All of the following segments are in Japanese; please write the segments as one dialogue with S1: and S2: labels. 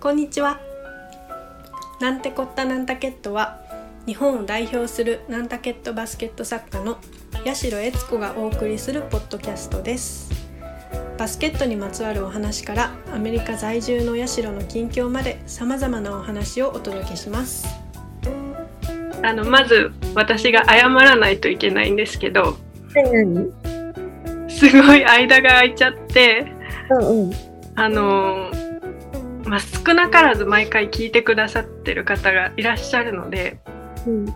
S1: こんにちはなんてこったなんたけっとは日本を代表するなんたけっとバスケット作家の八代悦子がお送りするポッドキャストですバスケットにまつわるお話からアメリカ在住の八代の近況までさまざまなお話をお届けします
S2: あのまず私が謝らないといけないんですけど
S3: 何
S2: すごい間が空いちゃって
S3: うんうん。
S2: あのーまあ、少なからず毎回聞いてくださってる方がいらっしゃるので
S3: うんうん。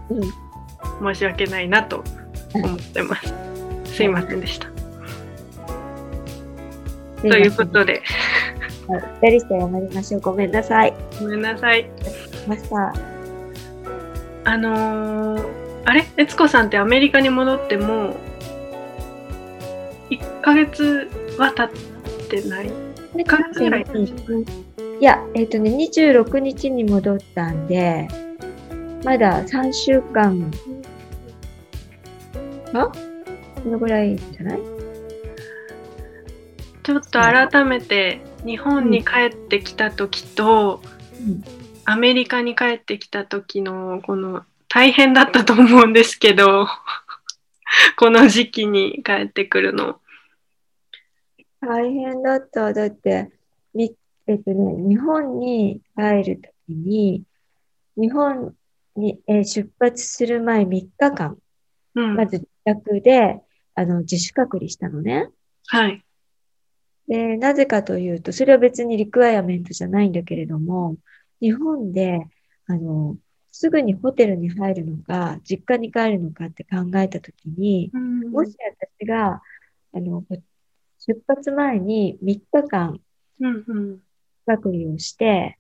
S2: 申し訳ないなと思ってます。すいませんでした。と
S3: と
S2: いうことで
S3: 二人して謝りましょう。ごめんなさい。
S2: ごめんなさい。
S3: ました。
S2: あのーあれ悦子さんってアメリカに戻ってもう1ヶ月は経ってない
S3: 1
S2: ヶ月ぐらい
S3: いや、えっ、とね、26日に戻ったんで、まだ3週間。あこのぐらいじゃない
S2: ちょっと改めて日本に帰ってきた時と、
S3: うん
S2: アメリカに帰ってきた時のこの大変だったと思うんですけどこの時期に帰ってくるの。
S3: 大変だった。だって、みえっとね、日本に帰るときに、日本に、えー出発する前3日間、
S2: うん
S3: まず自宅であの自主隔離したのね。
S2: はい
S3: で、なぜかというと、それは別にリクワイアメントじゃないんだけれども、日本で、あの、すぐにホテルに入るのか、実家に帰るのかって考えたときに、もし私が、あの、出発前に3日間
S2: うんうん
S3: 隔離をして、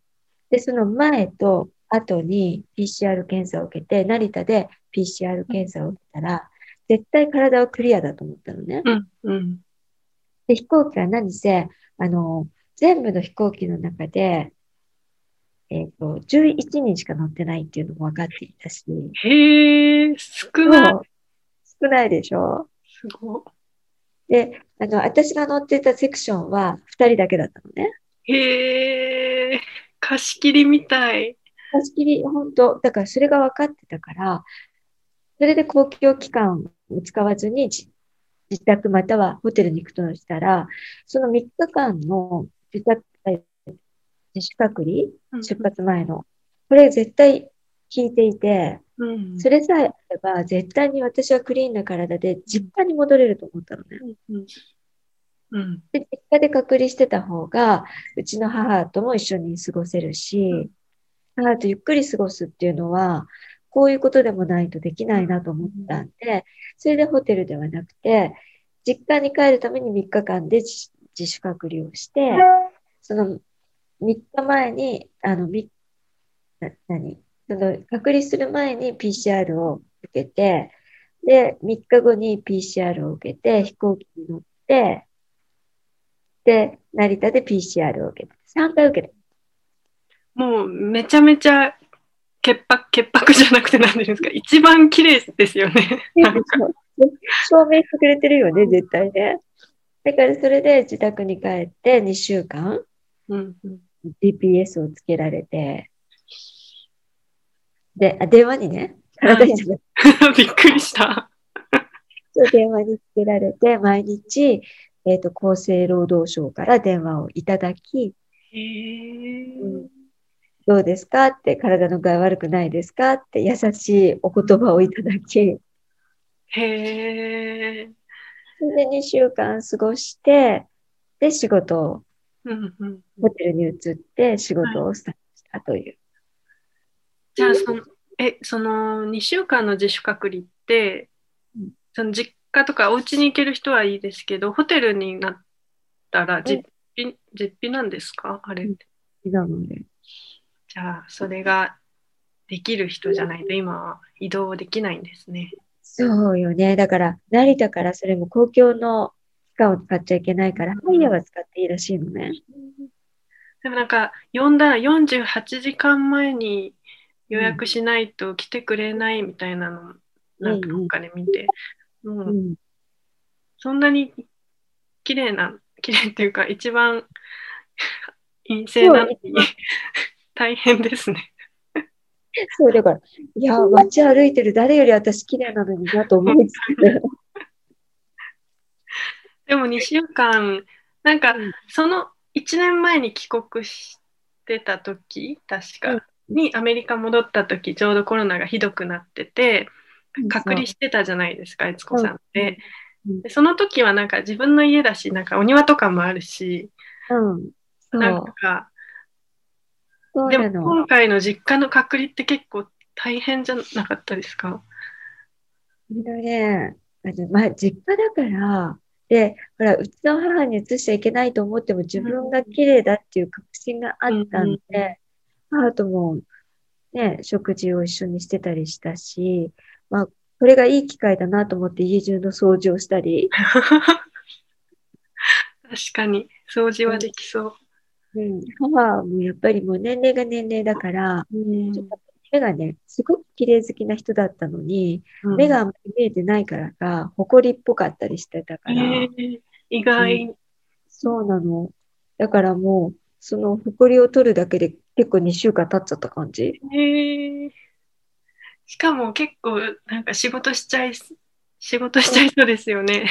S3: で、その前と後に PCR 検査を受けて、成田で PCR 検査を受けたら、絶対体はクリアだと思ったのね。
S2: うんうん
S3: で、飛行機は何せ、あの、全部の飛行機の中で、えっ、と、11人しか乗ってないっていうのも分かっていたし、
S2: へえ少ない
S3: もう少ないでしょ
S2: すご
S3: で、あの、私が乗っていたセクションは2人だけだったのね。
S2: いへえ貸し切りみたい。
S3: 貸し切り、本当だからそれが分かってたから、それで公共機関を使わずに自自宅またはホテルに行くとしたら、その3日間の自宅、え自主隔離
S2: うん
S3: 出発前の。これ絶対聞いていて、
S2: うん
S3: それさえあれば絶対に私はクリーンな体で実家に戻れると思ったのね。
S2: うんうん
S3: で、実家で隔離してた方が、うちの母とも一緒に過ごせるし、母とゆっくり過ごすっていうのは、こういうことでもないとできないなと思ったんで、それでホテルではなくて、実家に帰るために3日間で自自主隔離をして、その3日前に、あの、み、な、何その隔離する前に PCR を受けて、で、3日後に PCR を受けて、飛行機に乗って、で、成田で PCR を受けて、3回受けて、
S2: もうめちゃめちゃ潔白潔白じゃなくて何ていうんですか一番綺麗ですよね。なんか
S3: 証明してくれてるよね、絶対ね。だからそれで自宅に帰って2週間、
S2: うんうん、
S3: GPS をつけられて、で、 あ、電話にね、体にじゃなくて
S2: びっくりした。
S3: そう電話につけられて、毎日、えっ、と、厚生労働省から電話をいただき、
S2: へえ
S3: うんどうですかって、体の具合悪くないですかって、優しいお言葉をいただき、
S2: へえ。
S3: それで2週間過ごして、で、仕事を、
S2: うんうん、
S3: ホテルに移って仕事をスタートしたという。
S2: じゃあそのえその2週間の自主隔離って
S3: うん
S2: その実家とかお家に行ける人はいいですけどホテルになったら実費,、実費なんですかあれって、
S3: なので。
S2: じゃあそれができる人じゃないと今は移動できないんですね。
S3: そうよね。だから、成田からそれも公共の機関を使っちゃいけないから、ハイヤーは使っていいらしいのね。
S2: でもなんか呼んだら48時間前に予約しないと来てくれないみたいなの、なんかお金見て、もう
S3: うん。
S2: そんなに 綺麗な綺麗っていうか一番陰性なのに 大変ですね。
S3: そう、だから、いや、街歩いてる誰より私綺麗なのになと思いつつ、
S2: でも2週間、なんか
S3: うん
S2: その1年前に帰国してた時、確かにアメリカ戻った時、ちょうどコロナがひどくなってて、 隔離してたじゃないですか、悦子さんって。
S3: うん
S2: でその時はなんか自分の家だし、なんかお庭とかもあるし、
S3: うん。そう
S2: なんか、
S3: そう
S2: で
S3: な
S2: も
S3: の。
S2: 今回の実家の隔離って結構大変じゃなかったですか
S3: みんなね、あの、まあ、実家だから、で、ほら、うちの母に移しちゃいけないと思っても自分が綺麗だっていう確信があったんで、母とも、ね、食事を一緒にしてたりしたし、まあ、これがいい機会だなと思って家中の掃除をし たり、
S2: 確かに掃除はできそう。
S3: うん、母もやっぱりもう年齢が年齢だから、ちょっと目がね、すごく綺麗好きな人だったのに、目があんまり見えてないからか、埃っぽかったりしてたから、
S2: えー意外、
S3: そうなの。だからもう、その埃を取るだけで結構2週間経っちゃった感じ。
S2: えーしかも結構なんか仕事しちゃい仕事しちゃいそうですよね。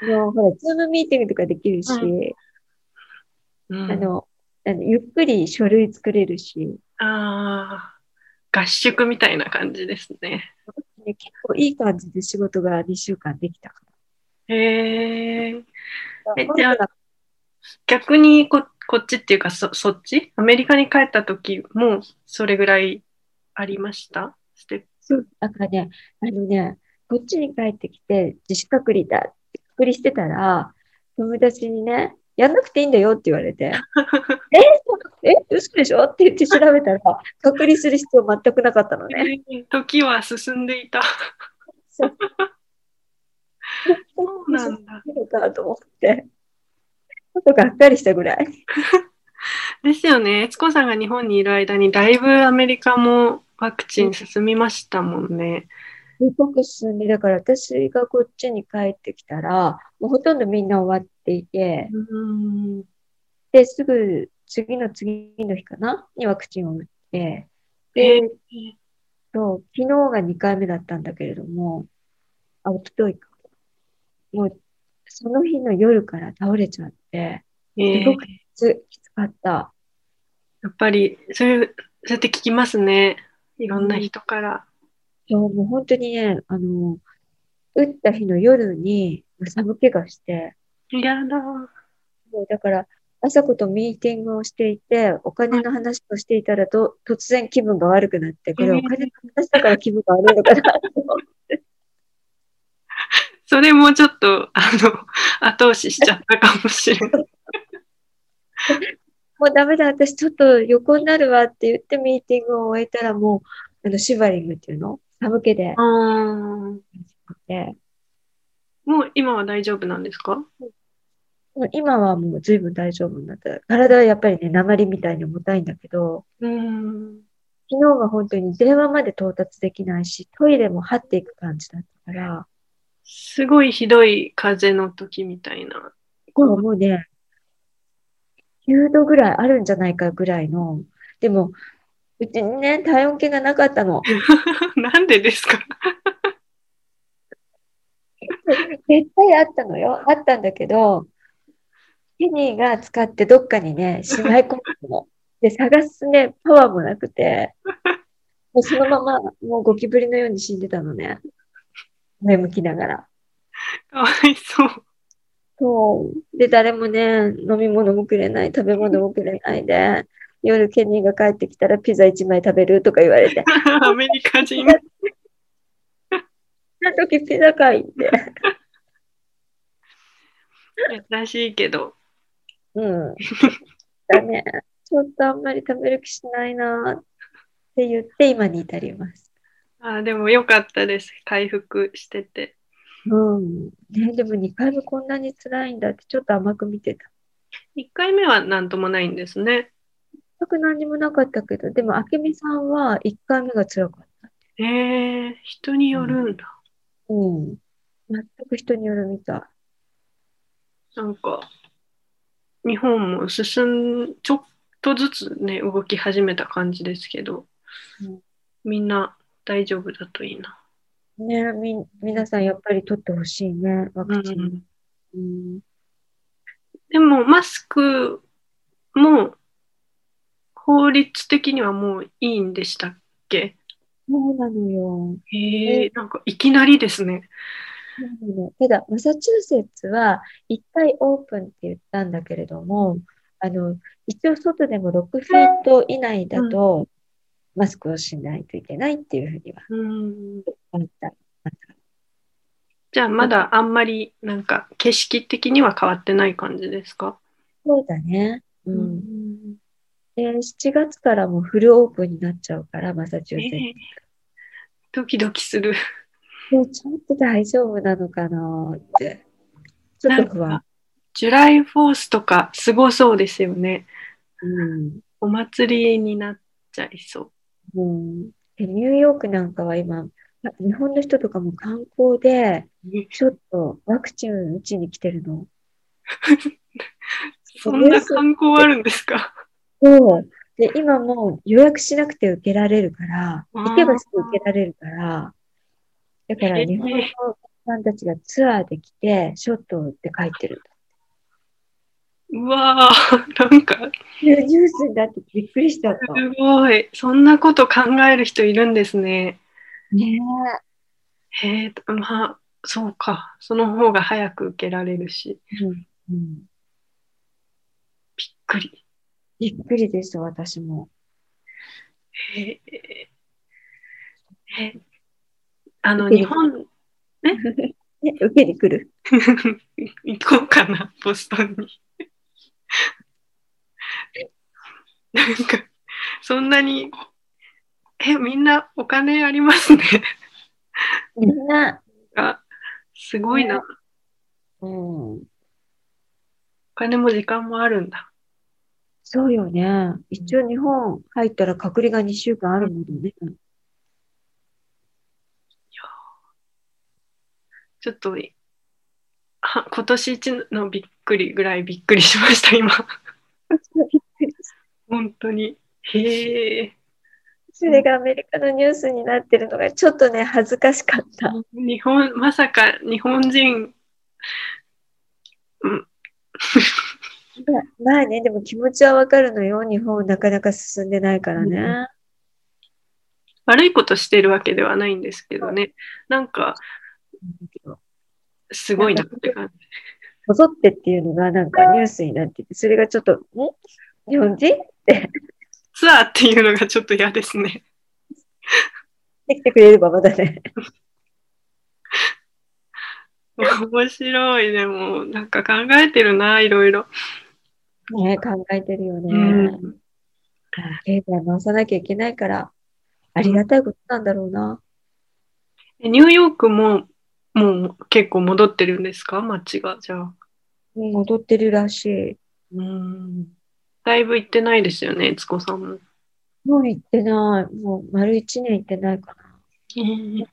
S3: もうほら、ズームミーティングとかできるし、
S2: うん
S3: あの、あのゆっくり書類作れるし、
S2: あー合宿みたいな感じですね。
S3: ね結構いい感じで仕事が2週間できたか
S2: えー
S3: ら。
S2: えじゃ逆にここっちっていうかそそっちアメリカに帰った時もそれぐらいありましたステップ
S3: そう、だからね、あのね、こっちに帰ってきて自主隔離だって隔離してたら、友達にね、やんなくていいんだよって言われて、え、嘘でしょって言って調べたら、隔離する必要全くなかったのね。
S2: 時は進んでいた。
S3: そう
S2: そうなんだ。
S3: そうかと思って。ちょっとがっかりしたぐらい。
S2: ですよね。悦子さんが日本にいる間にだいぶアメリカもワクチン進みましたもんね。
S3: すごく進んで、だから私がこっちに帰ってきたら、もうほとんどみんな終わっていて、
S2: うん。
S3: で、すぐ次の次の日かなにワクチンを打って、
S2: え
S3: で、そう、昨日が2回目だったんだけれども、あ、おとといか。もう、その日の夜から倒れちゃって、
S2: ーえー
S3: すごくきつ、きつかった。
S2: やっぱりそういう、そうやって聞きますね。いろんな人から。
S3: そう、もう本当にね、あの、打った日の夜に寒気がして、
S2: いやだ。
S3: もうだから、朝子とミーティングをしていて、お金の話をしていたらと、突然気分が悪くなって、これお金の話だから気分が悪いのかなと思って
S2: それもちょっと、あの、後押ししちゃったかもしれない。
S3: もうダメだ、私ちょっと横になるわって言ってミーティングを終えたらもう、あの、シバリングっていうの寒気で
S2: う。ん。
S3: で
S2: もう今は大丈夫なんですか
S3: もう今はもう随分大丈夫になった。体はやっぱりね、鉛みたいに重たいんだけど、
S2: うん。
S3: 昨日は本当に電話まで到達できないし、トイレも張っていく感じだったから、
S2: すごいひどい風邪の時みたいな。
S3: もうもうね、9度ぐらいあるんじゃないかぐらいの、でも、うちにね、体温計がなかったの。
S2: なんでですか
S3: 絶対あったのよ。あったんだけど、ケニーが使ってどっかにね、しまい込む の。で、探すね、パワーもなくて、もうそのまま、もうゴキブリのように死んでたのね。上向きながら。
S2: かわいそう。
S3: そう。で、誰もね、飲み物もくれない、食べ物もくれないで、夜ケニーが帰ってきたらピザ1枚食べるとか言われ て、
S2: アメリカ人。
S3: あの時ピザかいって。
S2: 珍しいけど。
S3: うん。だね。ちょっとあんまり食べる気しないなって言って今に至ります。
S2: あーでも良かったです。回復してて。
S3: うん。ね、でも2回もこんなに辛いんだってちょっと甘く見てた。
S2: 1回目は何ともないんですね。
S3: 全く何にもなかったけど、でも明美さんは1回目が辛かった。
S2: えー、人によるんだ。
S3: うん。全く人によるみたい。
S2: なんか、日本も進ん、ちょ、とずつね、動き始めた感じですけど、
S3: うん
S2: みんな大丈夫だといいな。
S3: ね、み、皆さんやっぱり取ってほしいね、ワクチン。うん。
S2: でも、マスクも、法律的にはもういいんでしたっけ
S3: そうなのよ。
S2: へえ、なんかいきなりですね。
S3: そうなのただ、マサチューセッツは一回オープンって言ったんだけれども、あの、一応外でも6フィート以内だと、マスクをしないといけないっていうふうには
S2: うん。
S3: 言った。
S2: じゃあ、まだあんまり、なんか、景色的には変わってない感じですか
S3: そうだね。う。
S2: うん
S3: で、7月からもうフルオープンになっちゃうから、マサチューセッツ。
S2: ええドキドキする。
S3: でもちょっと大丈夫なのかなって。ちょっと 不
S2: なん
S3: 安
S2: か。ジュライフォースとかすごそうですよね。
S3: うん。
S2: お祭りになっちゃいそう。
S3: うんでニューヨークなんかは今、あ日本の人とかも観光で、ちょっとワクチン打ちに来てる の。
S2: そんな観光あるんですか
S3: そう。で、今もう予約しなくて受けられるから、
S2: あー
S3: 行けばすぐ受けられるから、だから日本のお客さんたちがツアーで来て、ショットを打って帰ってる。
S2: うわー、なんか
S3: ニュースになってびっくりしちゃった。
S2: すごい。そんなこと考える人いるんですね。
S3: ね
S2: へえ、まあ、そうか。その方が早く受けられるし。
S3: え、うんうん。
S2: びっくり。
S3: びっくりでした、私も。
S2: へえ。えあの、
S3: び
S2: 日
S3: っくり
S2: 本、
S3: え、受けに来る。
S2: 行こうかな、ボストンに。なんか、そんなに、え、みんなお金ありますね。
S3: みんな、
S2: あ、すごいな。
S3: ね
S2: お
S3: うん、
S2: 金も時間もあるんだ。
S3: そうよね。一応日本入ったら隔離が2週間あるものね。
S2: ちょっと、は今年一のびっくりぐらいびっくりしました、 今。本当に。へえ。
S3: それがアメリカのニュースになってるのがちょっとね、恥ずかしか った。
S2: 日本、まさか日本人、うん。
S3: まあね、でも気持ちはわかるのよ。日本なかなか進んでないからね。
S2: 悪いことしてるわけではないんですけどね。なんか、すごいなって感じ。
S3: こぞってっていうのがなんかニュースになってて、それがちょっと、ん日本人
S2: ツアーっていうのがちょっと嫌ですね。
S3: できてくれればまだね。
S2: 面白い。でも、なんか考えてるな、いろいろ。
S3: ね 考えてるよね。
S2: うん
S3: 経済回さなきゃいけないから、ありがたいことなんだろうな。
S2: ニューヨークも、もう結構戻ってるんですか街が、じゃあ。
S3: うん戻ってるらしい。
S2: うん。だいぶ行ってないですよね、悦子さんも。
S3: もう行ってない。もう丸一年行ってないかな。
S2: うん
S3: 8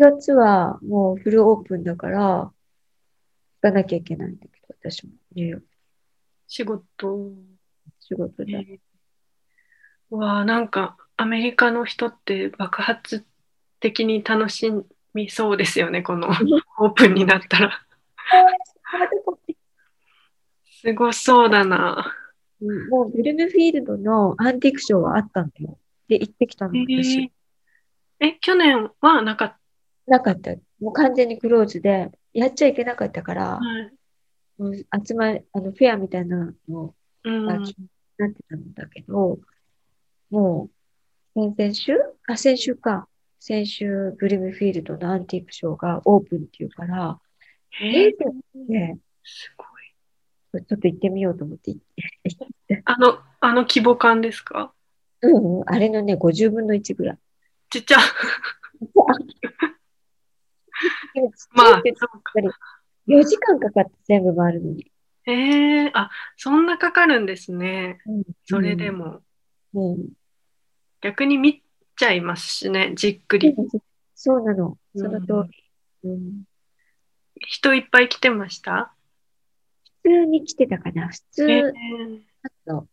S3: 月はもうフルオープンだから、行かなきゃいけないんだけど、私もニューヨーク
S2: 仕事。
S3: 仕事で。
S2: うわあなんか、アメリカの人って爆発的に楽しみそうですよね、こ のオープンになったら。すごそうだな。
S3: うんもうブルームフィールドのアンティークショーはあったんだよ。で、行ってきたの、私。
S2: え、去年はなかっ
S3: なかった。もう完全にクローズで、やっちゃいけなかったから
S2: た。、はい
S3: もう集まり、あの、フェアみたいなのを
S2: うん
S3: が気になってたんだけど、もう、先々週あ、先週か。先週、ブルームフィールドのアンティークショーがオープンっていうから、
S2: へ
S3: え
S2: え
S3: ーと思って
S2: すごい。
S3: ちょっと行ってみようと思って行って、
S2: あの、あの規模感ですか
S3: うんうん、あれのね、50分の1ぐらい。
S2: ちっちゃ。
S3: でも
S2: まあ、
S3: やっ
S2: そうか
S3: ぱ。り4時間かかって全部回るのに。
S2: へえあ、そんなかかるんですね。
S3: うん
S2: それで。も。
S3: うん
S2: 逆に見ちゃいますしね、じっく
S3: で
S2: り。
S3: もそうなの。その
S2: う
S3: 通
S2: ん
S3: り。うん
S2: 人いっぱい来てました
S3: 普通に来てたかな。普
S2: え
S3: 通
S2: ー
S3: の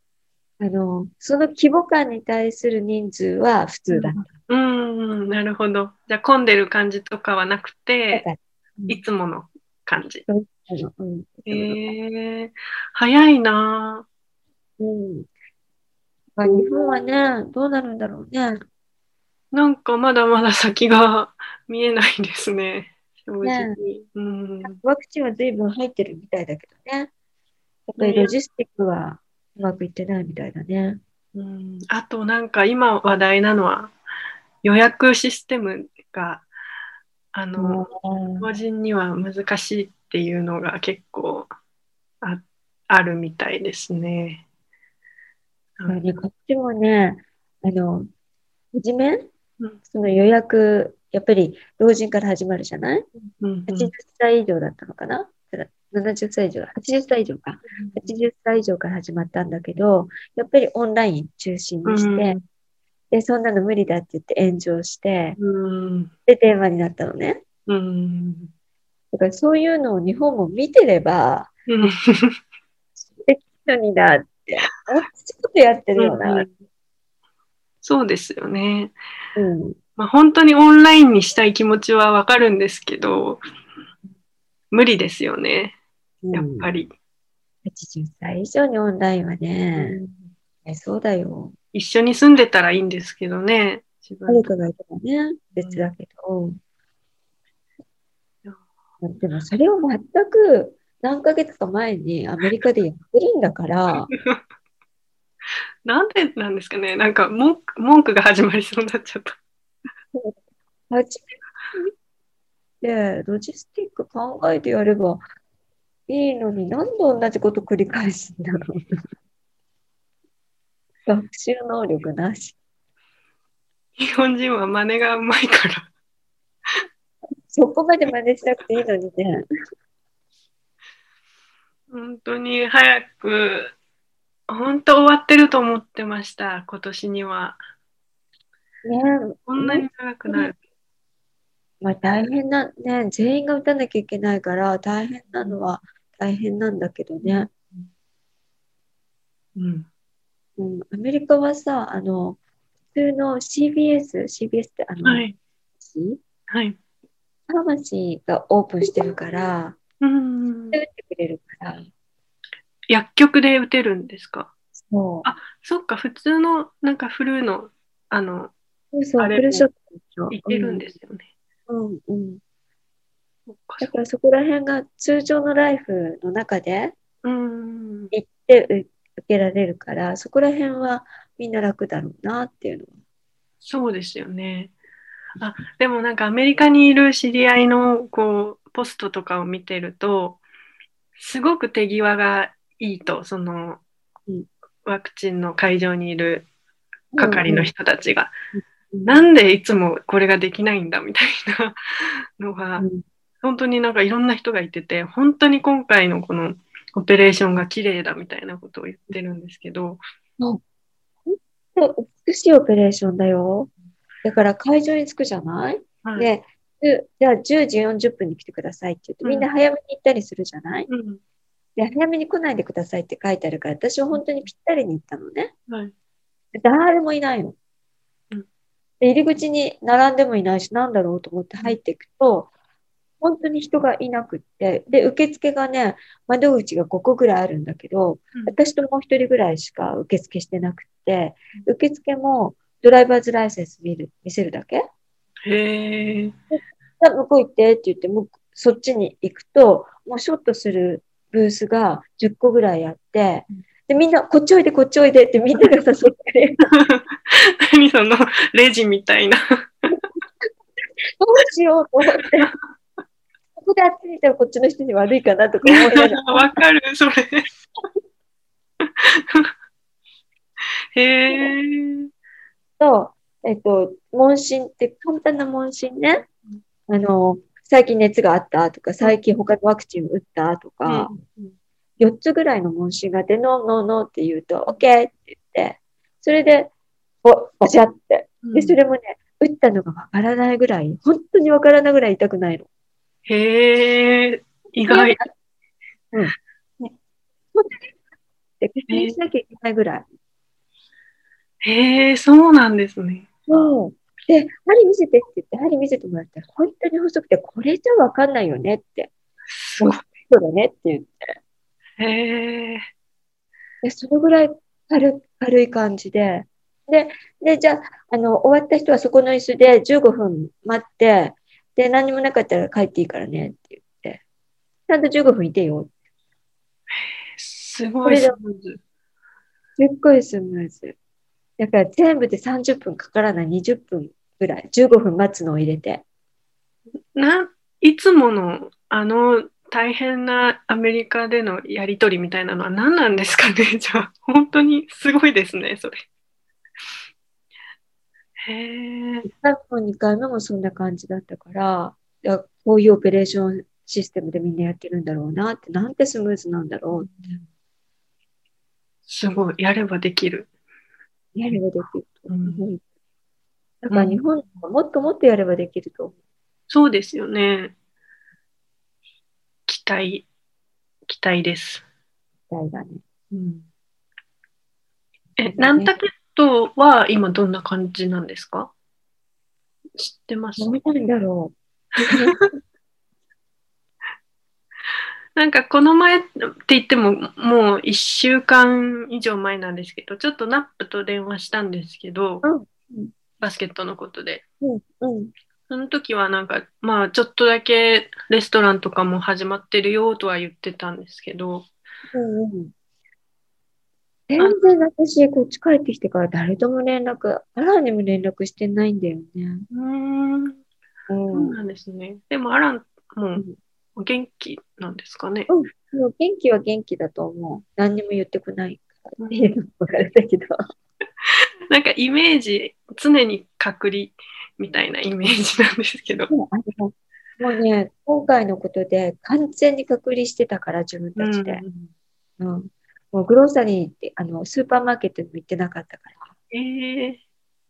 S3: あの、その規模感に対する人数は普通だった。
S2: うん、なるほど。じゃあ混んでる感じとかはなく
S3: だ
S2: て、
S3: からうん
S2: いつもの感じ。
S3: あのうん
S2: へえ早いなぁ
S3: うんまあ、日本はね、どうなるんだろうね。
S2: なんかまだまだ先が見えないですね。正直。
S3: ね
S2: うん。
S3: ワクチンは随分入ってるみたいだけどね。やっぱりロジスティックはうまくいってないみたいだね。
S2: うん、あとなんか今話題なのは予約システムがあの、
S3: う
S2: 法人には難しいっていうのが結構ああるみたいですね。
S3: んね、こっちもね、あの、初め
S2: うん、
S3: その予約、やっぱり老人から始まるじゃない
S2: うんうん
S3: ?80 歳以上だったのかな ?70 歳以上、80歳以上か。80歳以上から始まったんだけど、やっぱりオンライン中心にして、で、そんなの無理だって言って炎上して、
S2: うん
S3: で、電話になったのね。
S2: うん
S3: だからそういうのを日本も見てれば、
S2: うん
S3: のになって、あちょっとやってるよな。
S2: そうですよね。
S3: うん。
S2: まあ、本当にオンラインにしたい気持ちはわかるんですけど、無理ですよね、やっぱ
S3: り。
S2: り。
S3: 80歳以上にオンラインはね、えそうだよ。
S2: 一緒に住んでたらいいんですけどね、自
S3: 誰
S2: 分と。
S3: かがいたらね、別だけど。でもそれを全く何ヶ月か前にアメリカでやってるんだから、
S2: なんでなんですかね、なんか文句文句が始まりそうになっちゃった。
S3: 初めてロジスティック考えてやればいいのになんで同じこと繰り返すんだろうな。 学習能力なし。
S2: 日本人は真似がうまいから。
S3: そこまで真似しなくていいのにね。
S2: 本当に早く、本当終わってると思ってました、今年には。
S3: ね
S2: こんなに長くなる。
S3: まあ大変な、ね、全員が打たなきゃいけないから大変なのは大変なんだけどね。
S2: うん。
S3: うん、アメリカはさ、あの、普通の CBS、CBS ってあの、
S2: はい。はい。
S3: ファーマシーがオープンしてるから、
S2: うん
S3: 打。ってくれるから、
S2: 薬局で打てるんですか
S3: そ
S2: そっか、普通の、なんかフルーの、あの、
S3: う。そう、
S2: あれ
S3: フルショット。
S2: いけるんですよね。
S3: うん、うん、うん。
S2: そっか、そ
S3: だ
S2: っ
S3: か
S2: から
S3: そこら辺が通常のライフの中で、
S2: うん。
S3: 行って受けられるから、そこら辺はみんな楽だろうなっていうの。
S2: そうですよね。あ、でもなんかアメリカにいる知り合いの、こう、ポストとかを見てると、すごく手際がいいと、その
S3: うん、
S2: ワクチンの会場にいる係の人たちが、
S3: うん
S2: なんでいつもこれができないんだみたいなのが、
S3: うん
S2: 本当になんかいろんな人がいてて、本当に今回のこのオペレーションが綺麗だみたいなことを言ってるんですけど、
S3: 美しいオペレーションだよ。だから会場に着くじゃない
S2: はい
S3: で、じじゃあ10時40分に来てくださいって言うと、
S2: うん
S3: みんな早めに行ったりするじゃない
S2: うん
S3: で、早めに来ないでくださいって書いてあるから、私は本当にぴったりに行ったのね。
S2: はい
S3: 誰もいないの。
S2: うん
S3: で入り口に並んでもいないし、なんだろうと思って入っていくと、本当に人がいなくって、で、受付がね、窓口が5個ぐらいあるんだけど、
S2: うん
S3: 私ともう一人ぐらいしか受付してなくって、受付もドライバーズライセンス見る見せるだけ
S2: へえ、
S3: じゃあ向こう行ってって言って、向こうそっちに行くと、もうショットするブースが10個ぐらいあって、で、みんな、こっちおいで、こっちおいでってみんなが誘ってくれる。
S2: 何そのレジみたいな。
S3: どうしようと思って。ここであっちにいたらこっちの人に悪いかなとか思いながら。
S2: わかる、それ。 へえ、
S3: と、えっと、問診って簡単な問診ね。あの、最近熱があったとか、最近他のワクチン打ったとか、4つぐらいの問診があって、ノーノーノーって言うと、OK って言って、それで、お、バシャって。で、それもね、打ったのがわからないぐらい、本当にわからないぐらい痛くないの。
S2: へえ、意外。
S3: うん。ね本当にって確認しなきゃいけないぐらい。
S2: へえそうなんですね。
S3: そう。で、針見せてって言って、針見せてもらったら、本当に細くて、これじゃわかんないよねって。
S2: すごい。
S3: そうだねって言って。
S2: へえ
S3: でそのぐらい軽軽い感じで。で、で、じゃあ、あの、終わった人はそこの椅子で15分待って、で、何にもなかったら帰っていいからねって言って。ちゃんと15分いてよ。
S2: すごいスムーズ。
S3: すっごいスムーズ。だから全部で30分かからない20分ぐらい。15分待つのを入れて。
S2: ないつものあの大変なアメリカでのやり取りみたいなのは何なんですかね じゃあ本当にすごいですねそれ。へえ
S3: 1回も2回目もそんな感じだったから、いやこういうオペレーションシステムでみんなやってるんだろうなって、なんてスムーズなんだろう。
S2: すごいやればできる。
S3: やればできると
S2: うん
S3: 思う。だから日本はもっともっとやればできると思う。
S2: そうですよね。期待、期待です。
S3: みたいだね。
S2: え、
S3: そうだね
S2: ナンタケットは今どんな感じなんですか知ってます
S3: どうなんだろ
S2: なんかこの前って言ってももう1週間以上前なんですけど、ちょっとナップと電話したんですけど
S3: うんうん、
S2: バスケットのことで。
S3: う。うん、うん、
S2: その時はなんか、まあちょっとだけレストランとかも始まってるよとは言ってたんですけど、
S3: うん、うん。全然私、こっち帰ってきてから誰とも連絡、アランにも連絡してないんだよね。
S2: うーん、そう
S3: うん。
S2: なんですね。でも、アラン、も
S3: ん
S2: う、元気なんですかね。
S3: もう元気は元気だと思う。何にも言ってこないからっていうのがあれだけど。
S2: なんか、イメージ、常に隔離みたいなイメージなんですけど。
S3: もうあのもうね、今回のことで完全に隔離してたから、自分たちで。うんもうグローサリーって、あの、スーパーマーケットにも行ってなかったから。
S2: えー、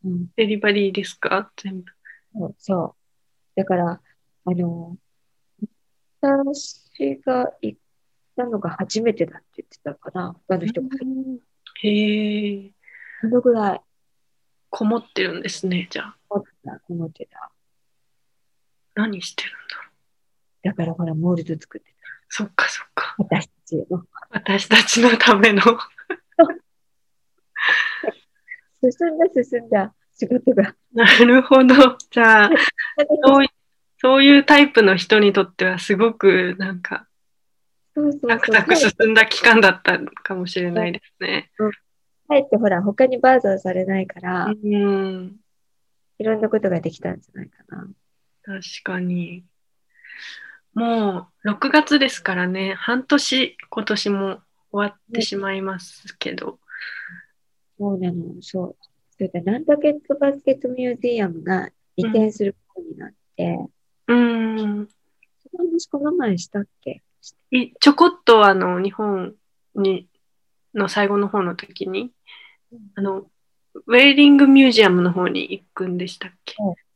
S3: うん、
S2: デリバリーですか全部。
S3: そうそう。だから、あの、私が行ったのが初めてだって言ってたかな、他の人が。
S2: へー、
S3: そのぐらい
S2: こもってるんですね、じゃあ。
S3: 思ってた、思ってた。
S2: 何してるんだろう。
S3: だからほら、モールド作ってた。
S2: そっかそっか。
S3: 私たちの。
S2: 私たちのための。
S3: 進んだ、進んだ、仕事が。
S2: なるほど。じゃあ、そういそういうタイプの人にとっては、すごく、なんか、
S3: そうそうそう
S2: サクサク進んだ期間だったかもしれないですね。
S3: 帰ってほら、他にバーザーされないから、
S2: うん、
S3: いろんなことができたんじゃないかな。
S2: 確かに。もう6月ですからね、半年今年も終わってしまいますけど。
S3: そうなの、そう。それで、ナンタケットバスケットミュージアムが移転することになって、
S2: うん、
S3: その話この前したっけ
S2: いちょこっとあの日本にの最後の方の時に、あのウェーリングミュージアムの方に行くんでしたっけ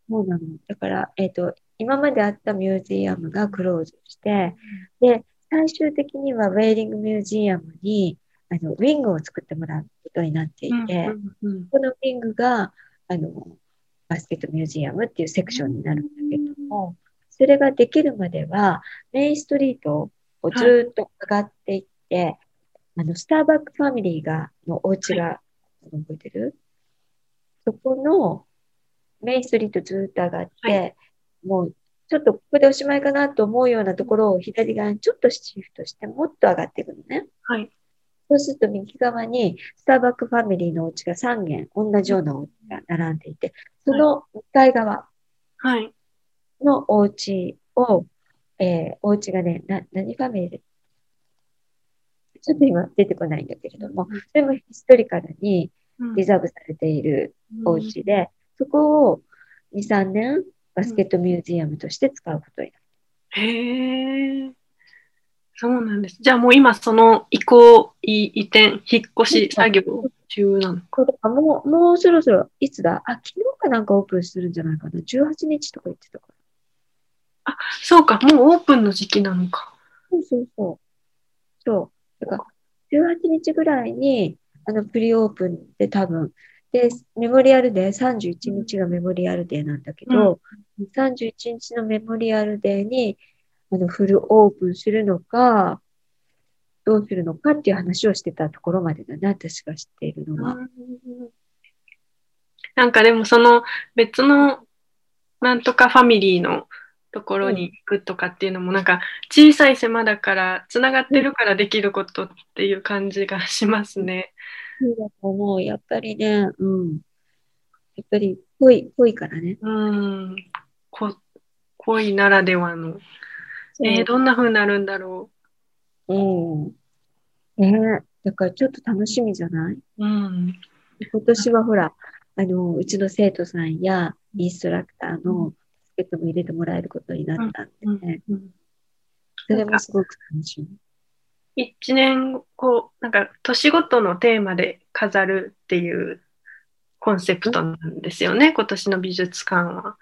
S3: そうなの。だから、えっ、と、今まであったミュージアムがクローズして、で、最終的にはウェーリングミュージアムに、あの、ウィングを作ってもらうことになってい
S2: う
S3: て、
S2: んうんうん
S3: このウィングが、あの、バスケットミュージアムっていうセクションになるんだけども、それができるまでは、メインストリートをずーっと上がっていって、あの、スターバックファミリーが、のお家が、覚えてるそこのメインストリートずーっと上がって、
S2: は
S3: もう、ちょっとここでおしまいかなと思うようなところを左側にちょっとシフトして、もっと上がっていくのね。
S2: はい。
S3: そうすると右側にスターバックファミリーのお家が3軒、同じようなお家が並んでいて、その向かい側
S2: はい。
S3: のお家を、えーお家がね、な、何ファミリーでちょっと今出てこないんだけれども、それもヒストリカルにリザーブされているお家で、そこを2、3年バスケットミュージアムとして使うことになる。
S2: へえ、そうなんです。じゃあもう今その移行、い移転、引っ越し作業中なの。
S3: これはもう、もうそろそろ、いつだあ、昨日かなんかオープンするんじゃないかな。18日とか言ってたから。
S2: そうか、もうオープンの時期なのか。
S3: そうそうそう。そう。だから、18日ぐらいに、あの、プリオープンで多分、で、メモリアルデー、31日がメモリアルデーなんだけど、31日のメモリアルデーに、あの、フルオープンするのか、どうするのかっていう話をしてたところまでだね、私が知っているのは。
S2: なんかでもその別のなんとかファミリーのところに行くとかっていうのもなんか小さい狭だからつながってるからできることっていう感じがしますね。
S3: そうだと思う。やっぱりね、うん。やっぱり濃い、濃いからね。
S2: うん。こ恋ならではの。えーどんな風になるんだろ。
S3: うん。ねえだからちょっと楽しみじゃないう
S2: うん。
S3: 今年はほら、あの、うちの生徒さんやインストラクターの助っ人も入れてもらえることになったんで、ね
S2: うん
S3: それもすごく楽しみ。
S2: 一年後、なんか年ごとのテーマで飾るっていうコンセプトなんですよね、今年の美術館は。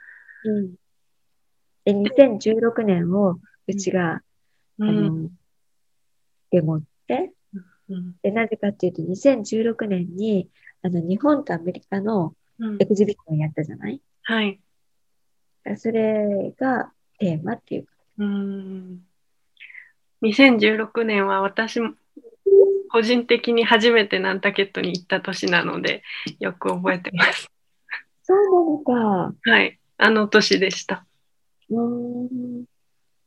S3: うん。で、2016年をうちが、
S2: う
S3: あ
S2: ん。
S3: の、でもって、
S2: うん
S3: で、なぜかっていうと、2016年に、あの、日本とアメリカの
S2: うん
S3: エキシビションをやったじゃない
S2: はい。
S3: それがテーマっていうか。
S2: うん。2016年は私も個人的に初めてナンタケットに行った年なので、よく覚えて ます。
S3: そうなのか。
S2: はい。あの年でした。
S3: うーん。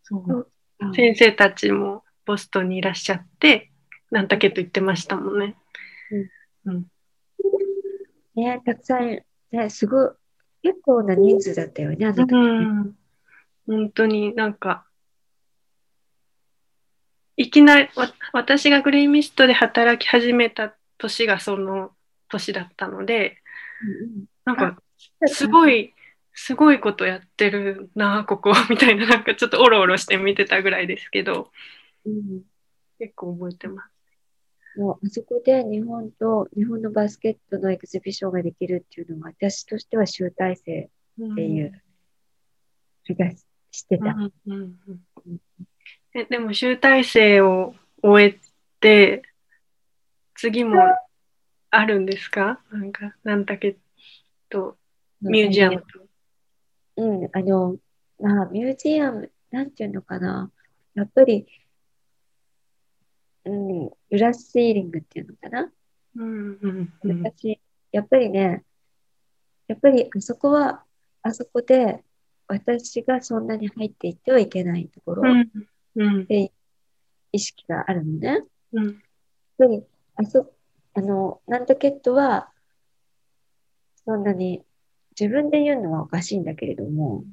S3: そうか
S2: 先生たちもボストンにいらっしゃって、ナンタケット行ってましたもんね。
S3: ね、たくさん、ね、すごい、結構な人数だったよね、あの時
S2: う
S3: ね。
S2: ん。本当になんか、いきなり、わ私がグリーンミストで働き始めた年がその年だったので、なんかす
S3: い。
S2: ごい、すごいことやってるな、ここ、みたいな、なんかちょっとおろおろして見てたぐらいですけど、
S3: うん
S2: 結構覚えてます。
S3: もうあそこで日本と、日本のバスケットのエキシビションができるっていうのは、私としては集大成
S2: っ
S3: っていう気がししてた。
S2: うんうんうんえでも集大成を終えて次もあるんですかなんかなんだけどミュージアムと。
S3: うん、あの、まあ、ミュージアム、なんていうのかな。やっぱり、うん、グラスシーリングっていうのかな。
S2: うんうんうん
S3: 私、やっぱりね、やっぱりあそこは、あそこで、私がそんなに入っていってはいけないとこ
S2: う
S3: ろ、
S2: んうん
S3: 意識があるのね。やっ
S2: うん
S3: ぱり、あそ、あの、ナンタケットは、そんなに、自分で言うのはおかしいんだけれども、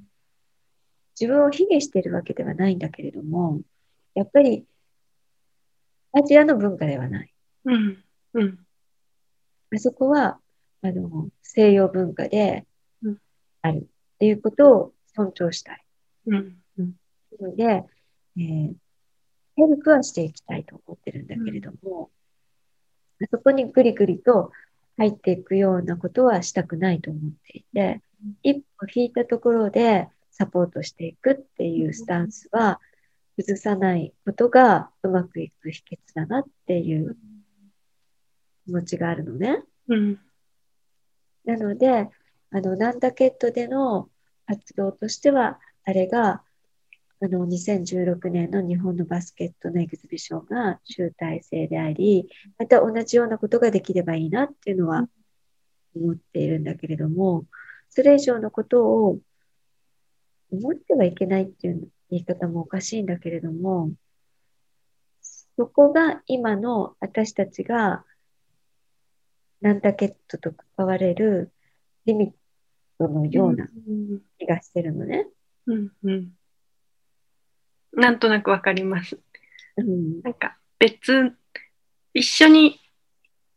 S3: 自分を卑下してるわけではないんだけれども、やっぱり、アジアの文化ではない。
S2: うんうん
S3: あそこは、あの、西洋文化で
S2: うん
S3: あるっていうことを尊重したい。
S2: うんうん
S3: ので、えーヘルプはしていきたいと思ってるんだけれども、あそこにぐりぐりと入っていくようなことはしたくないと思っていて、一歩引いたところでサポートしていくっていうスタンスは崩さないことがうまくいく秘訣だなっていう気持ちがあるのね。
S2: うん
S3: なので、あの、ナンダケットでの活動としては、あれが、あの、2016年の日本のバスケットのエキシビションが集大成であり、また同じようなことができればいいなっていうのは思っているんだけれども、それ以上のことを思ってはいけないっていう言い方もおかしいんだけれども、そこが今の私たちがナンタケットと関われるリミットのような
S2: うん
S3: 気がしてるのね。
S2: うんうんなんとなくわかります。
S3: うん。
S2: なんか別、一緒に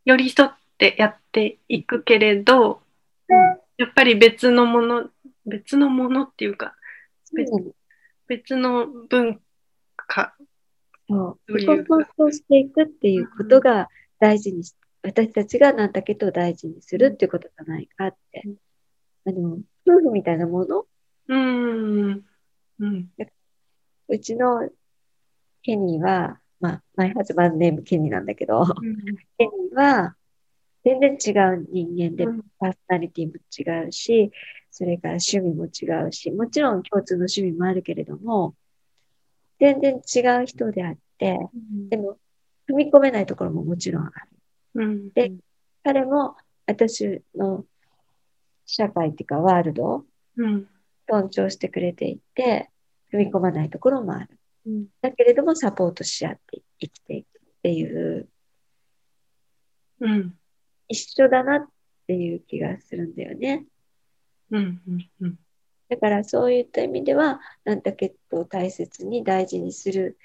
S2: 寄り添ってやっていくけれど、やっぱり別のもの、別のものっていうか、別
S3: そう
S2: 別の文化。
S3: そう
S2: そうい
S3: 自
S2: う
S3: 己肯定していくっていうことが大事にし、私たちがナンタケットを大事にするっていうことじゃないかって。あの、夫婦みたいなもの
S2: うーん。うん。
S3: うちのケニーは、まあ、マイハズバンドネームケニーなんだけど、
S2: うん
S3: ケニーは、全然違う人間で、パーソナリティも違うし、それから趣味も違うし、もちろん共通の趣味もあるけれども、全然違う人であって、でも、踏み込めないところももちろんあ
S2: うんうん
S3: る。で、彼も私の社会っていうかワールドを
S2: うん
S3: 尊重してくれていて、踏み込まないところもある。
S2: うん
S3: だけれどもサポートし合って生きていくっていう、
S2: うん
S3: 一緒だなっていう気がするんだよね。
S2: うんうんうん
S3: だからそういった意味では、なんたけっとを大切に大事にする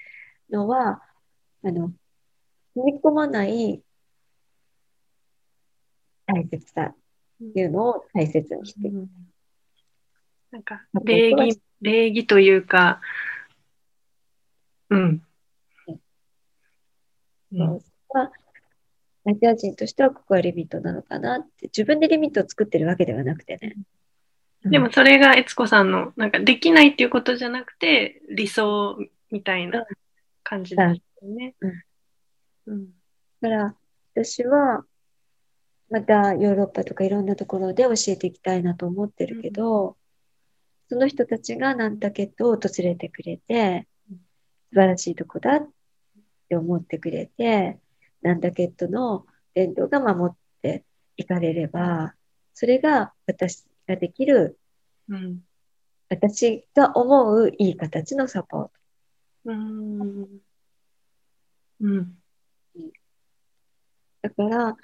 S3: のは、あの、踏み込まない大切さっていうのを大切にしていく。
S2: なんか礼儀礼儀というか、うん。うん
S3: はアジア人としてはここはリミットなのかなって自分でリミットを作ってるわけではなくてね。
S2: でもそれが悦子さんのなんかできないっていうことじゃなくて理想みたいな感じなんですよね。うん
S3: だから私はまたヨーロッパとかいろんなところで教えていきたいなと思ってるけど、その人たちがナンタケットを訪れてくれて
S2: うん
S3: 素晴らしいとこだって思ってくれてナンタケットの伝統が守っていかれればそれが私ができる
S2: うん
S3: 私が思ういい形のサポート。
S2: うんうん
S3: だから、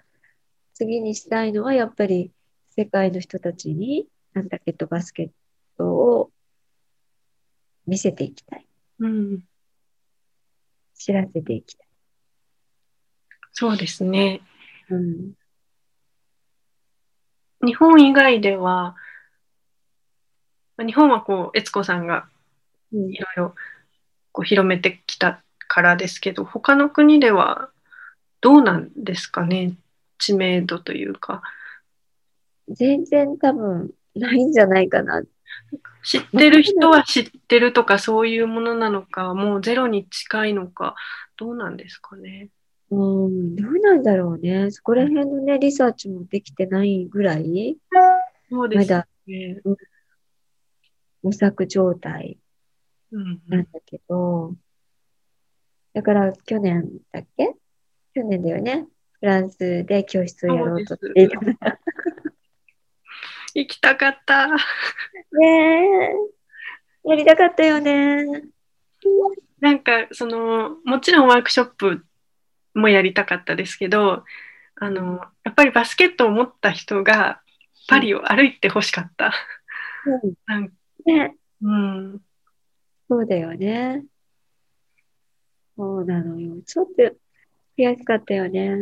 S3: 次にしたいのは、やっぱり世界の人たちに、なんだけど、バスケットを見せていきたい。
S2: うん
S3: 知らせていきたい。
S2: そうですね。
S3: うん。
S2: 日本以外では、まあ日本はこう、悦子さんが
S3: うん
S2: いろいろこう広めてきたからですけど、他の国ではどうなんですかね、知名度というか。
S3: 全然多分、ないんじゃないかな。
S2: 知ってる人は知ってるとか、そういうものなのか、もうゼロに近いのか、どうなんですかね。
S3: うん、どうなんだろうね。そこら辺のね、リサーチもできてないぐらい、
S2: そうで
S3: ますだ
S2: ね。
S3: 模索状態
S2: うんう
S3: なん
S2: ん
S3: だけど、だから去年だっけ去年だよね。フランスで教室をやろうとしていた。
S2: そう行きたかった。
S3: ねえ。やりたかったよね。
S2: なんかそのもちろんワークショップもやりたかったですけどあのやっぱりバスケットを持った人がパリを歩いてほしかった。
S3: うん
S2: なん
S3: ね
S2: うん
S3: そうだよね。そうなのよ。ちょっと悔しかったよね。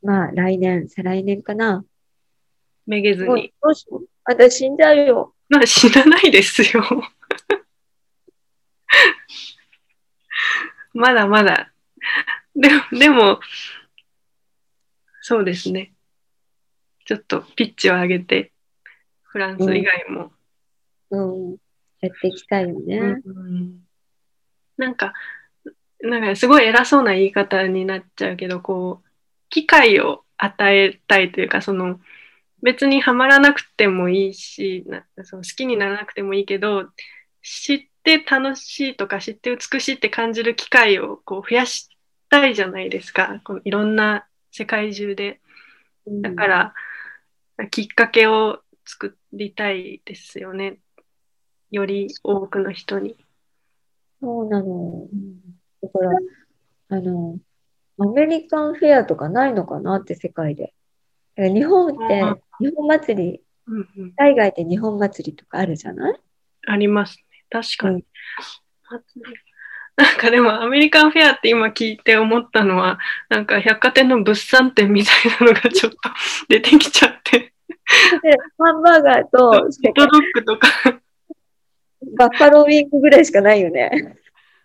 S3: まあ来年、再来年かな。
S2: めげず
S3: もう
S2: に。
S3: どうしよう。私死んじゃうよ。
S2: まあ死なないですよ。 まだまだ。でも、でも、そうですね。ちょっとピッチを上げて、フランス以外も
S3: うん。やっていきたいよね。
S2: うんなんか、なんかすごい偉そうな言い方になっちゃうけど、こう、機会を与えたいというか、その、別にはまらなくてもいいし、なその好きにならなくてもいいけど、知って楽しいとか、知って美しいって感じる機会をこう増やしたいじゃないですか。このいろんな世界中で。
S3: うん
S2: だか、ら、きっかけを作りたいですよね。より多くの人に。
S3: そうなの。だから、あの、アメリカンフェアとかないのかなって世界で。だから日本って
S2: うん、
S3: 日本祭り、
S2: うんうん、
S3: 海外で日本祭りとかあるじゃない
S2: ありますね。確かに。
S3: うん
S2: なんかでもアメリカンフェアって今聞いて思ったのは、なんか百貨店の物産展みたいなのがちょっと出てきちゃって、
S3: でハンバーガーと、そ
S2: ヒ
S3: れ
S2: ットドッグとか
S3: バッファローウィングぐらいしかないよね。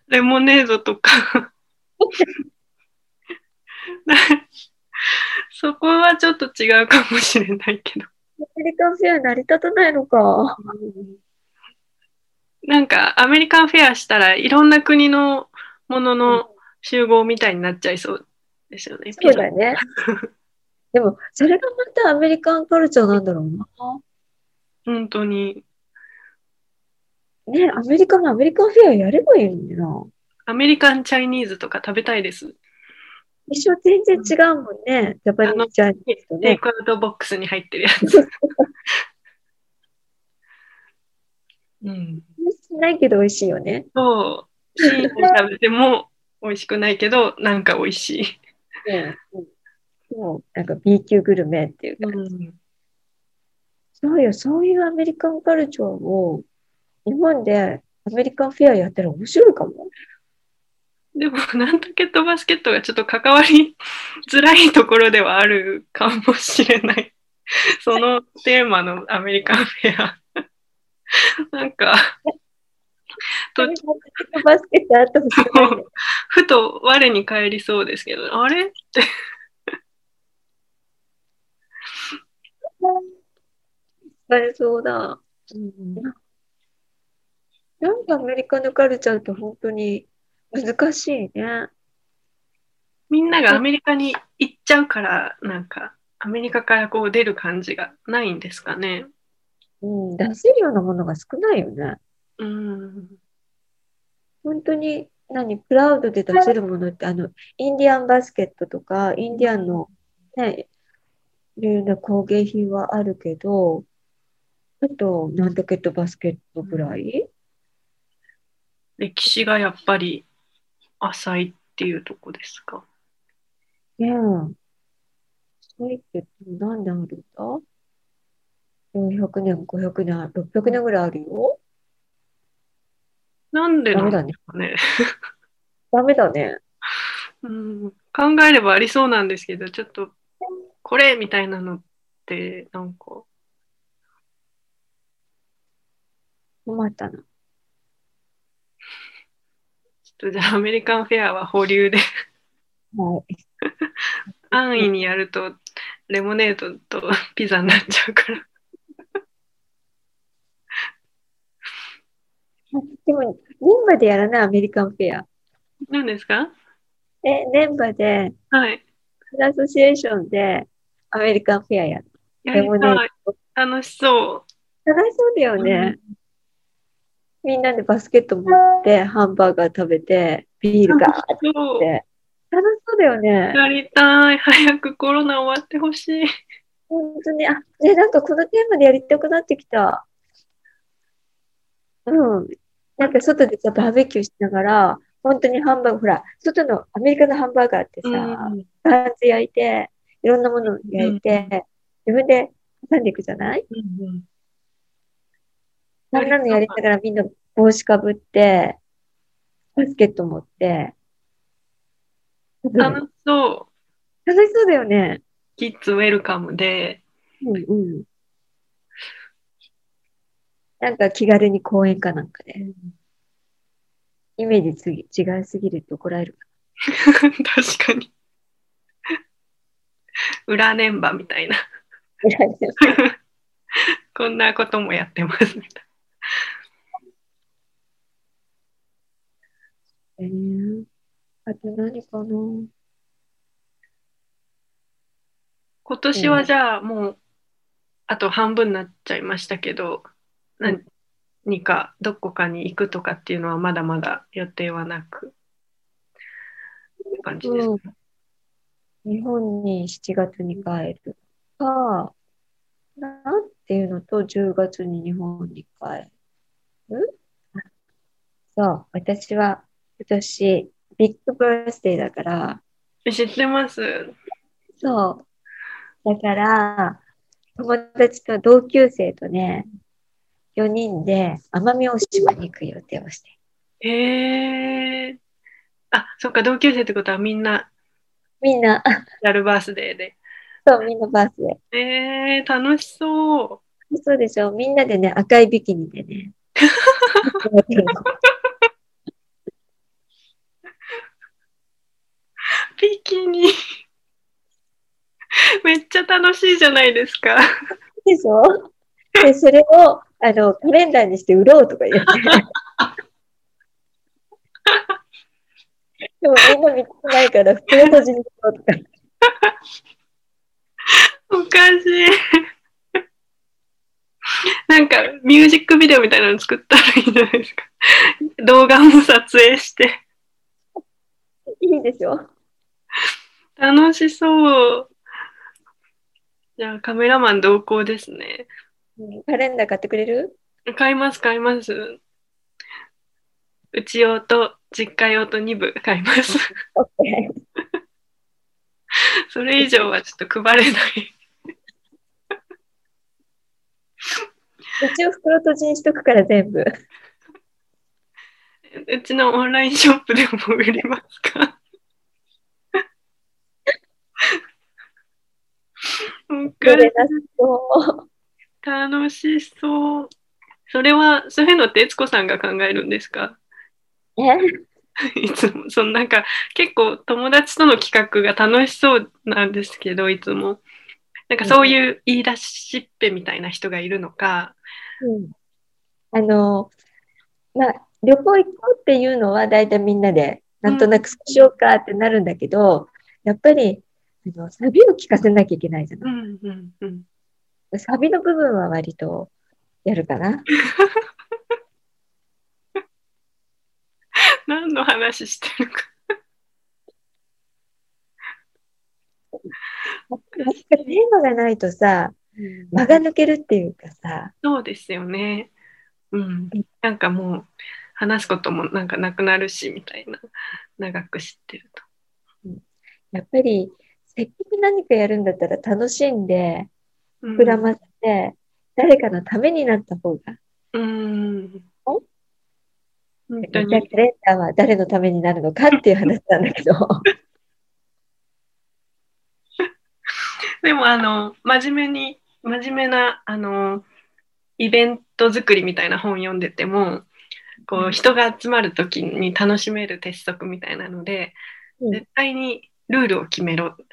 S2: レモネードと か。 そこはちょっと違うかもしれないけど。
S3: アメリカンフェア成り立たないのか。
S2: なんかアメリカンフェアしたらいろんな国のものの集合みたいになっちゃいそうですよね。
S3: そうだね。でも、それがまたアメリカンカルチャーなんだろうな。
S2: 本当に。
S3: ね、アメリカのアメリカンフェアやればいいのにな。
S2: アメリカンチャイニーズとか食べたいです。
S3: 一生全然違うもんね。ジャパニーズチャイニーズと
S2: テイ
S3: ね。
S2: クアウトボックスに入ってるやつ。 うん。
S3: ないけど美味しいよね。
S2: そう。シーンで食べても美味しくないけど、なんか美味しい。
S3: うん。もう、なんか B 級グルメっていうか。
S2: うん。
S3: そうよ、そういうアメリカンカルチャーを、日本でアメリカンフェアやったら面白いかも。
S2: でも、なんとケットバスケットがちょっと関わり づらいところではあるかもしれない。 そのテーマのアメリカンフェア。 なんか、 と
S3: アメリカンバスケットあってほしくないね。
S2: ふと我に返りそうですけど、あれって。
S3: 疲れそうだ。なんかアメリカのカルチャーって本当に難しいね。
S2: みんながアメリカに行っちゃうから、なんか、アメリカからこう出る感じがないんですかね。
S3: うん、出せるようなものが少ないよね。
S2: うん。
S3: 本当に、何、クラウドで出せるものって、あの、インディアンバスケットとか、インディアンの、ね、いろいろな工芸品はあるけど、あと、なんとケットバスケットぐらい
S2: 歴史がやっぱり浅いっていうとこですか。
S3: ねえ。そう言って、何年あるんだ ?400 年、500年、600年ぐらいあるよ。
S2: なんでな
S3: ダメ
S2: んで
S3: だ
S2: すかね。
S3: ね。ダメだね。
S2: うん、考えればありそうなんですけど、ちょっと、これみたいなのって、なんか、
S3: 困ったな。
S2: ちょっとじゃあアメリカンフェアは保留 で、
S3: はい。
S2: 安易にやると、レモネードとピザになっちゃうから。
S3: でも、年場でやらないアメリカンフェア。
S2: 何ですか
S3: え、年場で、
S2: はい。
S3: アソシエーションでアメリカンフェアやる。
S2: やり
S3: レモネー
S2: たい。楽しそう。
S3: 楽しそうだよね。みんなでバスケット持って、ハンバーガー食べて、ビールがーっ
S2: そう。
S3: て。楽しそうだよね。
S2: やりたい。早くコロナ終わってほしい。
S3: 本当に、あ、ね、なんかこのテーマでやりたくなってきた。うん。なんか外でさ、バーベキューしながら、本当にハンバーグ、ほら、外のアメリカのハンバーガーってさ、
S2: うん
S3: バンズ焼いて、いろんなものを焼いて、自分で挟んでいくじゃないそんなのやりながらみんな帽子かぶって、バスケット持って。楽
S2: 楽しそう。
S3: しそうだよね。
S2: キッズウェルカムで。
S3: うんうん。なんか気軽に公園かなんかで、イメージつぎ違いすぎるって怒られるか
S2: 確かに。裏年場みたいな。
S3: ら。怒られる
S2: こんなこともやって ます。
S3: えーあと何かな
S2: 今年はじゃあもう、あと半分になっちゃいましたけど、
S3: うん
S2: 何かどこかに行くとかっていうのはまだまだ予定はなく。って感じですか。
S3: 日本に7月に帰るか、なっていうのと、10月に日本に帰る。そう、私は今年、ビッグバースデーだから、
S2: 知ってます。
S3: そう、だから、友達と同級生とね、4人で奄美大島に行く予定をしてる、
S2: へえ。あ、そっか、同級生ってことはみんな、
S3: みんな、
S2: やるバースデーで。
S3: そう、みんなバースデ
S2: えー、楽しそう。
S3: ー。そうでしょ、みんなでね、赤いビキニでね、
S2: ビキニ。 めっちゃ楽しいじゃないですか。
S3: でしょで、それを、あの、カレンダーにして売ろうとか言って。でもみんな見つけないから、袋閉じにしようとか。
S2: かしい。なんか、ミュージックビデオみたいなの作ったらいいんじゃないですか。動画も撮影して。
S3: いいですよ。
S2: 楽しそう。じゃあ、カメラマン同行ですね。
S3: うんカレンダー買ってくれる
S2: 買います、買います。うち用と実家用と2部買います。
S3: ?OK。
S2: それ以上はちょっと配れない。
S3: 一応袋閉じにしとくから全部。
S2: うちのオンラインショップでも売ります かお
S3: ど
S2: か
S3: れなそう。
S2: 楽しそう。それは、そういうのって悦子さんが考えるんですか
S3: え
S2: いつも、そのなんか、結構友達との企画が楽しそうなんですけど、いつも。なんかそういう言い出しっぺみたいな人がいるのか、
S3: うんあの、まあ、旅行行こうっていうのは大体みんなで、なんとなくそうしようかってなるんだけど、やっぱり、あの、サビを聞かせなきゃいけないじゃ
S2: う
S3: ない。
S2: んうんうん。
S3: サビの部分は割とやるかな。
S2: 何の話してるか。
S3: なんかテーマがないとさ、間が抜けるっていうかさ、
S2: そうですよね。うん。なんかもう、話すこともなんかなくなるし、みたいな。長く知ってると。
S3: やっぱり、せっかく何かやるんだったら楽しんで、
S2: うん
S3: 膨らませて、誰かのためになった方が。
S2: うん。
S3: お
S2: 本当
S3: じゃあ
S2: に。
S3: カレンダーは誰のためになるのかっていう話なんだけど。
S2: でも、あの、真面目に、真面目な、あの、イベント作りみたいな本読んでても、こう、人が集まるときに楽しめる鉄則みたいなので、
S3: うん
S2: 絶対にルールを決めろって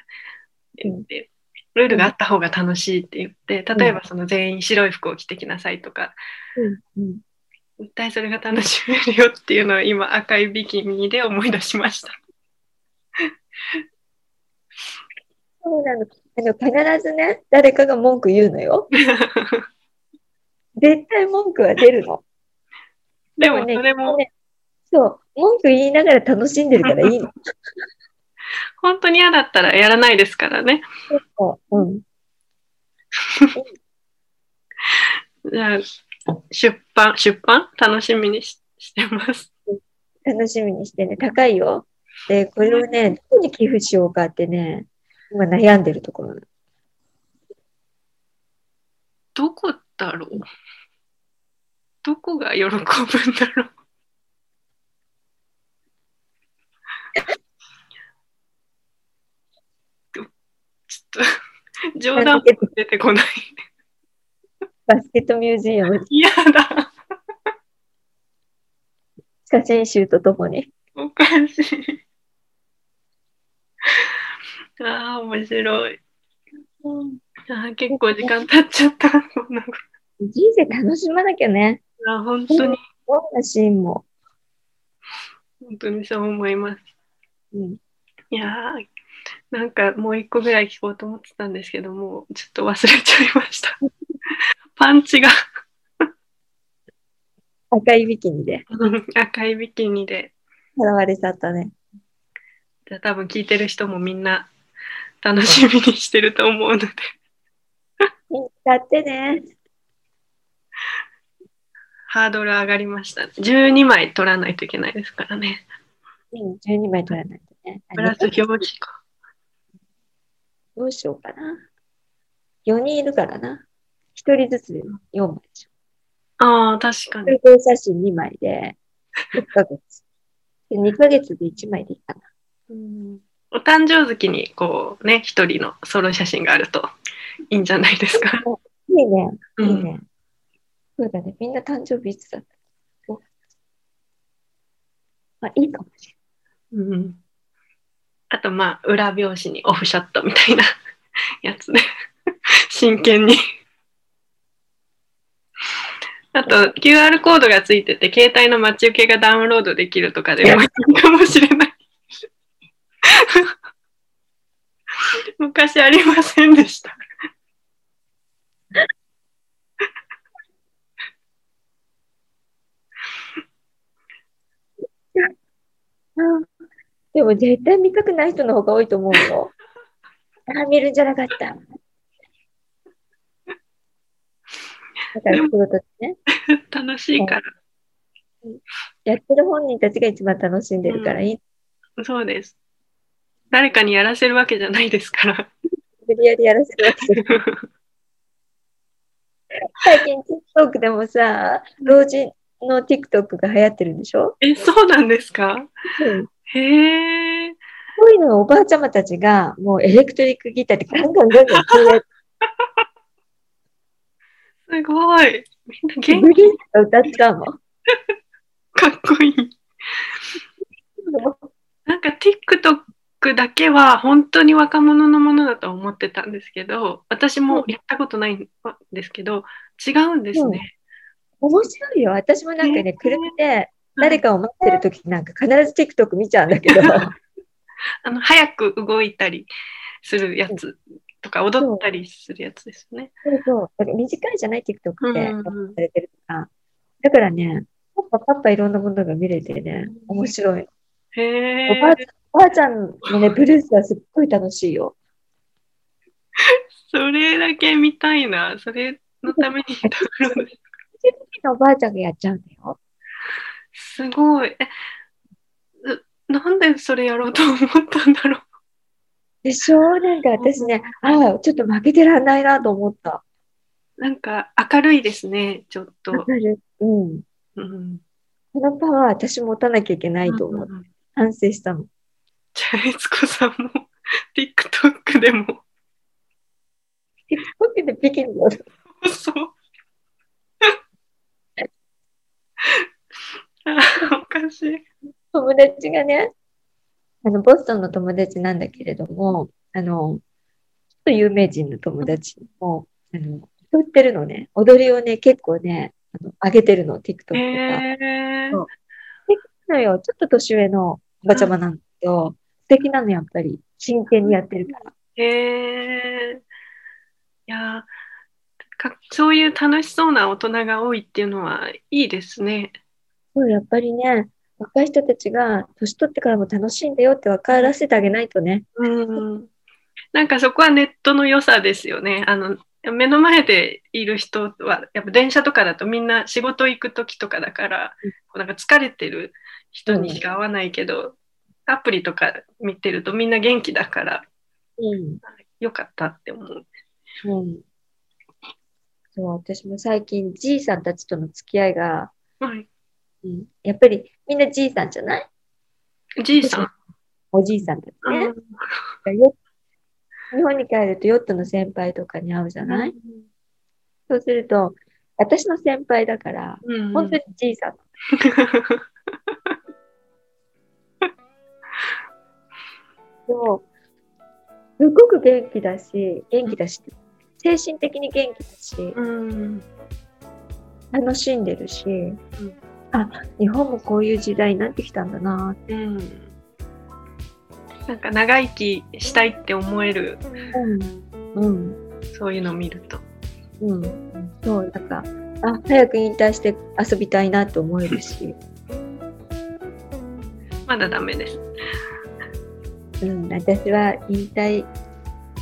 S2: 言って、ルールがあった方が楽しいって言って、例えばその全員白い服を着てきなさいとか、
S3: うん
S2: 絶対それが楽しめるよっていうのを今赤いビキニで思い出しました。
S3: そうなの。あの、必ずね、誰かが文句言うのよ。絶対文句は出るの。
S2: でもそ
S3: ね
S2: れも
S3: ねそう、文句言いながら楽しんでるからいいの。
S2: 本当に嫌だったらやらないですからね。
S3: そううん。
S2: じゃあ出版出版楽しみにししてます。
S3: 楽しみにしてね、高いよ。で、これをね、どこに寄付しようかってね、今悩んでるところなの。
S2: どこだろうどこが喜ぶんだろうどちょっと冗談も出てこない。
S3: バスケットミュージアム、
S2: 嫌だ。
S3: 写真集とともに。
S2: おかしい。ああ、面白い。あー結構時間経っちゃった。 こんなこ
S3: 人生楽しまなきゃね。
S2: とあー本当に、
S3: どんなシーンも。
S2: 本当にそう思います。
S3: うん。
S2: いやーなんかもう一個ぐらい聞こうと思ってたんですけども、ちょっと忘れちゃいました。 パンチが
S3: 赤いビキニで、
S2: 赤いビキニで、
S3: さらわれちゃったね。
S2: じゃあ多分聞いてる人もみんな楽しみにしてると思うので、
S3: みんな買ってね。
S2: ハードル上がりました。12枚取らないといけないですからね。
S3: うん、12枚取らないとね。
S2: プラス表記か。
S3: どうしようかな。4人いるからな。1人ずつで4枚でしょ。
S2: ああ、確かに。
S3: 集合写真2枚で、1ヶ月。で2ヶ月で1枚でいいかな。
S2: お誕生月に、こうね、一人のソロ写真があるといいんじゃないですか。
S3: いいね。
S2: う
S3: いい
S2: ん、
S3: ね。そうだね。みんな誕生日いつだった五月まあ、いいかもし
S2: うん。あと、まあ、裏表紙にオフショットみたいな やつで、真剣に。あと、QR コードがついてて、携帯の待ち受けがダウンロードできるとかでもいいかもしれない。 昔ありませんでした。
S3: でも絶対見たくない人の方が多いと思うよ。あ、見るんじゃなかった。だから仕事ってね、
S2: 楽しいから。
S3: やってる本人たちが一番楽しんでるからいい。
S2: そうです。誰かにやらせるわけじゃないですから。
S3: 無理やりやらせるわ けじゃない。最近 TikTok でもさ、老人の TikTok が流行ってるんでしょ、
S2: え、そうなんですか
S3: うん、こ
S2: へえ。
S3: ういうのをおばあちゃまたちがもうエレクトリックギターでガンガンガンガン弾いて
S2: すごい。みんな
S3: ブリ
S2: 元
S3: ーズが歌っちゃう の。
S2: 気かっこいい。なんか TikTok だけは本当に若者のものだと思ってたんですけど、私もやったことないんですけど、違うんですね。
S3: 面白いよ。私もなんか
S2: ね
S3: ね、車で誰かを待ってる時なんか必ず TikTok 見ちゃうんだけど、
S2: あの早く動いたりするやつとか、踊ったりするやつですよね。
S3: そうそうだから短いじゃない TikTok って、
S2: うんうんうん
S3: されてるから。だからね、パッパパッパいろんなものが見れてね、面白い。
S2: へ
S3: おばあ
S2: え
S3: ちゃん、おばあちゃんのね、ブルースはすっごい楽しいよ。
S2: それだけ見たいな。それのために登録。
S3: おばあちゃんがやっちゃうんだよ。
S2: すごい。え、うなんでそれやろうと思ったんだろう。
S3: でしょなんか私ね、ああ、ちょっと負けてらんないなと思った。
S2: なんか明るいですね、ちょっ
S3: わ
S2: と
S3: か。るうん。
S2: うん、
S3: このパワー私持たなきゃいけないと思う。
S2: うん
S3: 反省したの。
S2: じゃあ、悦子さんも TikTok でも
S3: 僕でビキニを
S2: そう。あおかしい。
S3: 友達がね、あの、ボストンの友達なんだけれども、あの、ちょっと有名人の友達も、あの、踊ってるのね。踊りをね、結構ね、あの上げてるの、TikTok とか。
S2: へえ
S3: そうのよ、ちょっと年上のおばちゃまなんだけど、素敵なの、やっぱり。真剣にやってるから。
S2: へえいやーか、そういう楽しそうな大人が多いっていうのはいいですね。
S3: そう、やっぱりね、若い人たちが年取ってからも楽しいんだよって分からせてあげないとね。
S2: うん。なんかそこはネットの良さですよね。あの、目の前でいる人は、やっぱ電車とかだとみんな仕事行く時とかだから、こうなんか疲れてる人にしか会わないけど、アプリとか見てるとみんな元気だから、
S3: うん。
S2: よかったって思う。
S3: うん。そう、私も最近、じいさんたちとの付き合いが、
S2: はい。
S3: うん、やっぱりみんなじいさんじゃない
S2: じいさん。
S3: おじいさんたちね。
S2: うん
S3: よ日本に帰るとヨットの先輩とかに会うじゃない、そうすると、私の先輩だから、
S2: うん。
S3: 本当にじいさん。でも、すごく元気だし、元気だし、精神的に元気だし、
S2: うん。
S3: 楽しんでるし、あ、日本もこういう時代になってきたんだなって。
S2: うん。なんか長生きしたいって思える、
S3: うん。
S2: そういうのを見ると。
S3: うん。うん。そう、なんか、あ、早く引退して遊びたいなと思えるし、
S2: まだダメです。
S3: うん、私は引退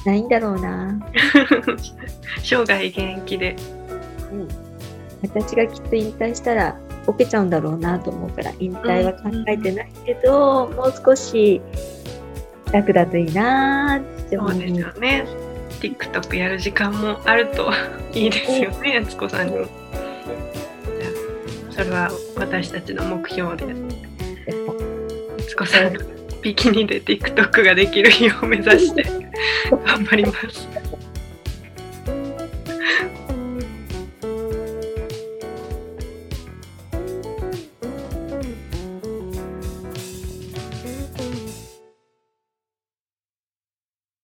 S3: ないんだろうな。
S2: 生涯現役で。
S3: うん。私がきっと引退したら、ボケちゃうんだろうなと思うから、引退は考えてないけど、もう少し楽だといいなって
S2: そ
S3: 思
S2: うですよね。TikTok やる時間もあると いいですよね、悦子さんにも。じゃあそれは私たちの目標で、悦 子さんがビキニで TikTok ができる日を目指して頑張ります。